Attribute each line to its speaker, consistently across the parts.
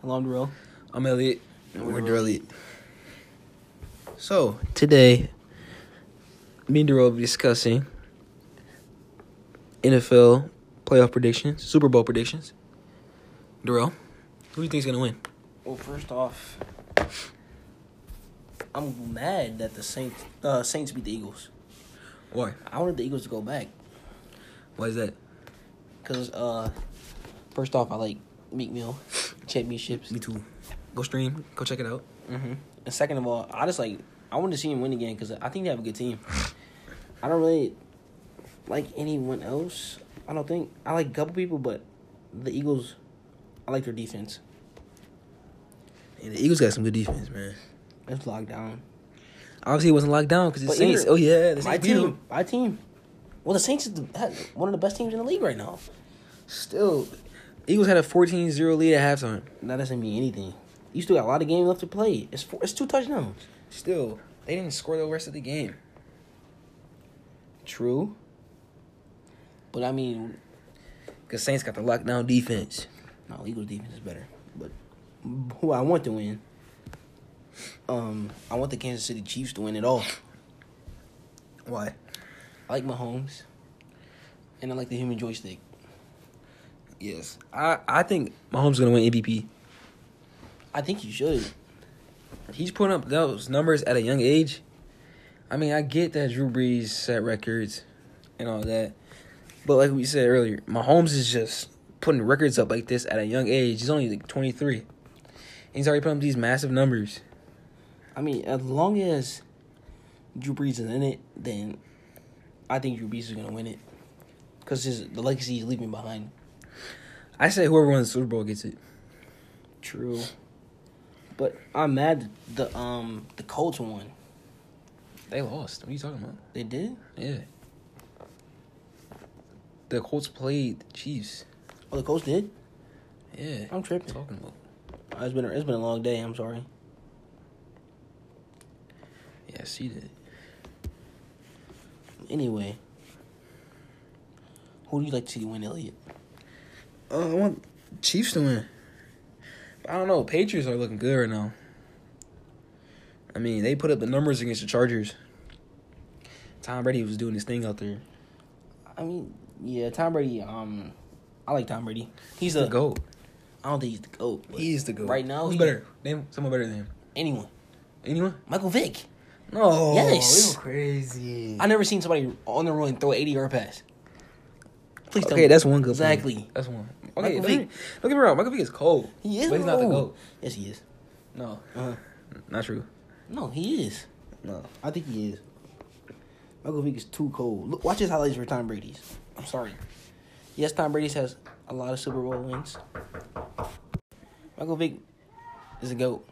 Speaker 1: Hello, I'm Darrell.
Speaker 2: I'm Elliot. And we're Darrell. So, today, me and Darrell will be discussing NFL playoff predictions, Super Bowl predictions. Darrell, who do you think's going to win?
Speaker 1: Well, first off, I'm mad that the Saints uh, Saints beat the Eagles.
Speaker 2: Why?
Speaker 1: I wanted the Eagles to go back
Speaker 2: Why is that?
Speaker 1: because uh, first off, I like Meek Mill championships,
Speaker 2: Me too. Go stream. Go check it out.
Speaker 1: hmm and second of all, I just like I wanted to see him win again because I think they have a good team. I don't really like anyone else. I don't think I like a couple people, but the Eagles, I like their defense.
Speaker 2: And the Eagles got some good defense, man.
Speaker 1: It's locked down.
Speaker 2: Obviously, it wasn't locked down because the
Speaker 1: But
Speaker 2: Saints.
Speaker 1: either-
Speaker 2: oh, yeah. The
Speaker 1: my
Speaker 2: Saints beat
Speaker 1: team.
Speaker 2: them.
Speaker 1: My team. Well, the Saints is the, one of the best teams in the league right now.
Speaker 2: Still, Eagles had a 14 0 lead at halftime.
Speaker 1: That doesn't mean anything. You still got a lot of games left to play. It's four, it's two touchdowns.
Speaker 2: Still, they didn't score the rest of the game.
Speaker 1: True. But I mean,
Speaker 2: Because Saints got the lockdown defense.
Speaker 1: no, Eagles defense is better. But who I want to win? Um, I want the Kansas City Chiefs to win it all.
Speaker 2: Why?
Speaker 1: I like Mahomes, and I like the human joystick.
Speaker 2: Yes. I, I think Mahomes going to win MVP.
Speaker 1: I think you should.
Speaker 2: He's putting up those numbers at a young age. I mean, I get that Drew Brees set records and all that. But like we said earlier, Mahomes is just putting records up like this at a young age. He's only like 23. And he's already putting up these massive numbers.
Speaker 1: I mean, as long as Drew Brees is in it, then I think Drew Brees is gonna win it because the legacy he's leaving behind.
Speaker 2: I say whoever wins the Super Bowl gets it.
Speaker 1: True, but I'm mad that the um the Colts won.
Speaker 2: They lost. What are you talking about?
Speaker 1: They did.
Speaker 2: Yeah. The Colts played the Chiefs.
Speaker 1: Oh, the Colts did.
Speaker 2: Yeah.
Speaker 1: I'm tripping.
Speaker 2: talking about.
Speaker 1: Oh, it's been a, it's been a long day. I'm sorry.
Speaker 2: Yeah, I see that.
Speaker 1: Anyway, who do you like to see win, Elliot?
Speaker 2: Uh, I want Chiefs to win. But I don't know. Patriots are looking good right now. I mean, they put up the numbers against the Chargers. Tom Brady was doing his thing out there.
Speaker 1: I mean, yeah, Tom Brady. Um, I like Tom Brady. He's
Speaker 2: The
Speaker 1: a
Speaker 2: goat.
Speaker 1: I don't think he's the goat. but
Speaker 2: He's the goat.
Speaker 1: Right now,
Speaker 2: who's
Speaker 1: he-
Speaker 2: better? Name someone better than him.
Speaker 1: Anyone?
Speaker 2: Anyone?
Speaker 1: Michael Vick.
Speaker 2: No.
Speaker 1: Yes.
Speaker 2: they were crazy.
Speaker 1: I never seen somebody on the run throw an 80 yard pass. Please tell
Speaker 2: okay,
Speaker 1: me.
Speaker 2: that's one good. player.
Speaker 1: Exactly.
Speaker 2: That's one. Okay,
Speaker 1: Michael
Speaker 2: don't,
Speaker 1: Vick.
Speaker 2: Get, don't get me wrong. Michael Vick is cold.
Speaker 1: He is.
Speaker 2: But he's not the
Speaker 1: though.
Speaker 2: goat.
Speaker 1: Yes, he is.
Speaker 2: No,
Speaker 1: Uh,
Speaker 2: not true.
Speaker 1: no, he is.
Speaker 2: No.
Speaker 1: I think he is. Michael Vick is too cold. Look, watch his highlights for Tom Brady's. I'm sorry. Yes, Tom Brady's has a lot of Super Bowl wins. Michael Vick is a goat.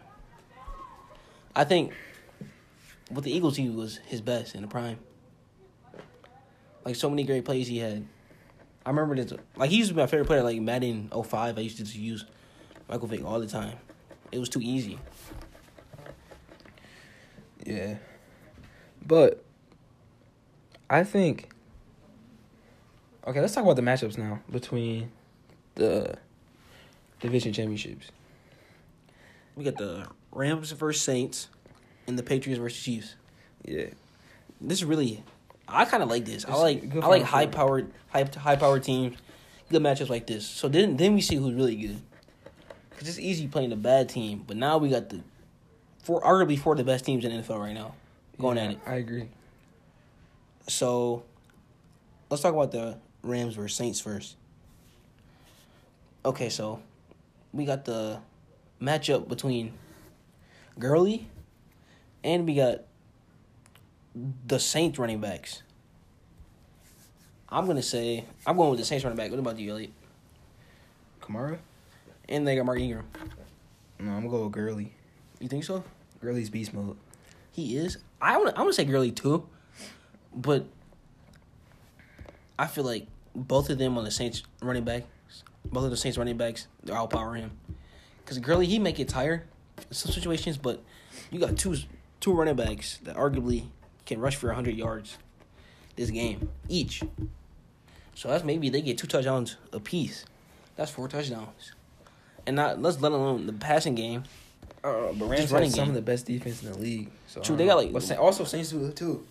Speaker 1: I think with the Eagles, he was his best in the prime. Like so many great plays he had. I remember this. Like he used to be my favorite player. Like Madden 05, I used to just use Michael Vick all the time. It was too easy.
Speaker 2: Yeah. But I think Okay, let's talk about the matchups now between the division championships.
Speaker 1: We got the Rams versus Saints and the Patriots versus Chiefs.
Speaker 2: Yeah.
Speaker 1: This is really I kind of like this. I
Speaker 2: It's
Speaker 1: like
Speaker 2: good
Speaker 1: I like
Speaker 2: for-
Speaker 1: high powered high high powered teams. Good matchups like this. So then then we see who's really good. Cuz it's easy playing the bad team, but now we got the four arguably four of the best teams in NFL right now going
Speaker 2: Yeah,
Speaker 1: at it.
Speaker 2: I agree.
Speaker 1: So let's talk about the Rams versus Saints first. Okay, so we got the matchup between Gurley and we got the Saints running backs. I'm gonna say I'm going with the Saints running back. What about you, Elliot?
Speaker 2: Kamara?
Speaker 1: And they got Mark Ingram.
Speaker 2: No, I'm gonna go with Gurley.
Speaker 1: You think so?
Speaker 2: Gurley's beast mode.
Speaker 1: He is. I want. I want to say Gurley too, but I feel like both of them on the Saints running backs, both of the Saints running backs, they're outpower him. Because Gurley, he may get tired in some situations, but you got two two running backs that arguably can rush for 100 yards this game each. So that's maybe they get two touchdowns apiece. That's four touchdowns. And not let's let alone the passing game. Uh, but
Speaker 2: Rams
Speaker 1: Rams
Speaker 2: have
Speaker 1: running
Speaker 2: some
Speaker 1: game.
Speaker 2: of the best defense in the league. So I
Speaker 1: True,
Speaker 2: don't
Speaker 1: they
Speaker 2: know.
Speaker 1: got, like-
Speaker 2: But Sa- also Saints do too.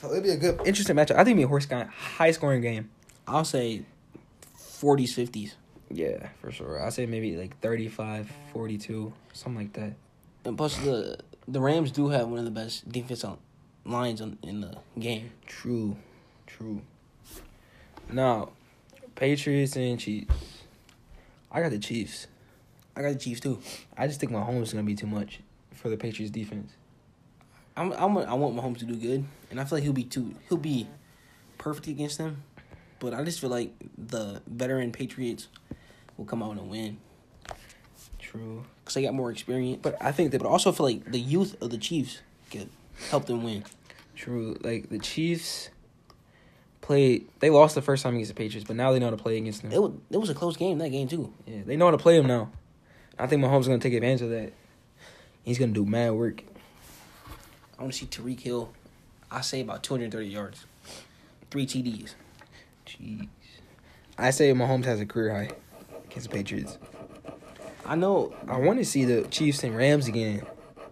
Speaker 2: So it'd be a good, interesting matchup. I think it'd be a horse guy, high scoring game.
Speaker 1: I'll say 40s, 50s.
Speaker 2: Yeah, for sure. I'd say maybe like 35, 42, something like that.
Speaker 1: And plus the the Rams do have one of the best defense on lines on, in the game.
Speaker 2: True, true. Now, Patriots and Chiefs. I got the Chiefs.
Speaker 1: I got the Chiefs too.
Speaker 2: I just think my home is gonna be too much for the Patriots defense.
Speaker 1: I'm, I'm I want Mahomes to do good, and I feel like he'll be too he'll be perfect against them. But I just feel like the veteran Patriots will come out and win
Speaker 2: True,
Speaker 1: because they got more experience. But
Speaker 2: but I think that
Speaker 1: but I also feel like the youth of the Chiefs could help them win.
Speaker 2: True. Like the Chiefs played. They lost the first time against the Patriots, but now they know how to play against them.
Speaker 1: It was, it was a close game that game too.
Speaker 2: yeah, they know how to play them now. I think Mahomes is gonna take advantage of that. He's gonna do mad work.
Speaker 1: I want to see Tariq Hill. I say about 230 yards, three TDs.
Speaker 2: Jeez. I say Mahomes has a career high against the Patriots.
Speaker 1: I know.
Speaker 2: I want to see the Chiefs and Rams again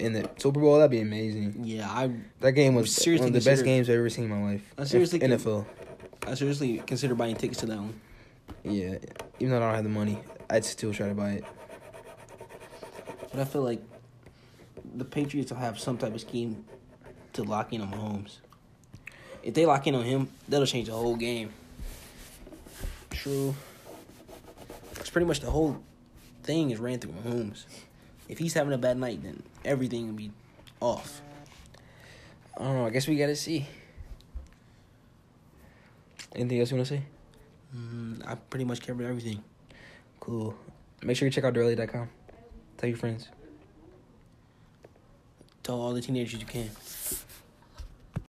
Speaker 2: in the Super Bowl. That'd be amazing.
Speaker 1: Yeah, I
Speaker 2: That game was
Speaker 1: Seriously
Speaker 2: one of the best
Speaker 1: consider-
Speaker 2: games I've ever seen in my life.
Speaker 1: I seriously con-
Speaker 2: NFL.
Speaker 1: I seriously consider buying tickets to that one.
Speaker 2: Yeah, even though I don't have the money, I'd still try to buy it.
Speaker 1: But I feel like the Patriots will have some type of scheme to lock in on Mahomes. If they lock in on him, that'll change the whole game.
Speaker 2: True.
Speaker 1: It's pretty much the whole thing is ran through Mahomes. If he's having a bad night, then everything will be off.
Speaker 2: I don't know. I guess we gotta see. Anything else you wanna say?
Speaker 1: Mm, I pretty much covered everything.
Speaker 2: Cool. Make sure you check out Durley.com. Tell your friends.
Speaker 1: Tell all the teenagers you can.